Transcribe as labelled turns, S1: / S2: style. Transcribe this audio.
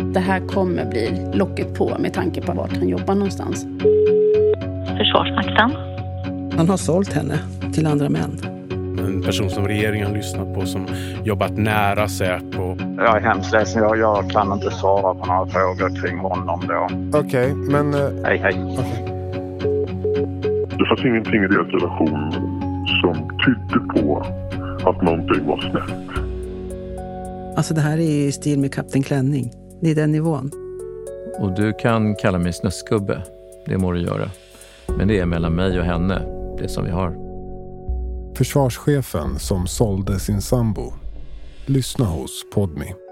S1: att det här kommer bli locket på med tanke på vart han jobbar någonstans.
S2: Försvarsmakten.
S3: Han har sålt henne till andra män.
S4: En person som regeringen har lyssnat på som jobbat nära Säpo.
S5: Jag är hemskt ledsen, jag, jag kan inte svara på några frågor kring honom då.
S6: Okej, men... eh,
S5: Hej, hej.
S7: Det fanns ingenting i deras relation som tydde på att någonting var snett.
S3: Alltså det här är i stil med Kapten Klänning. Det är den nivån.
S8: Och du kan kalla mig snöskubbe. Det må du göra. Men det är mellan mig och henne, det som vi har.
S6: Försvarschefen som sålde sin sambo. Lyssna hos Podmi.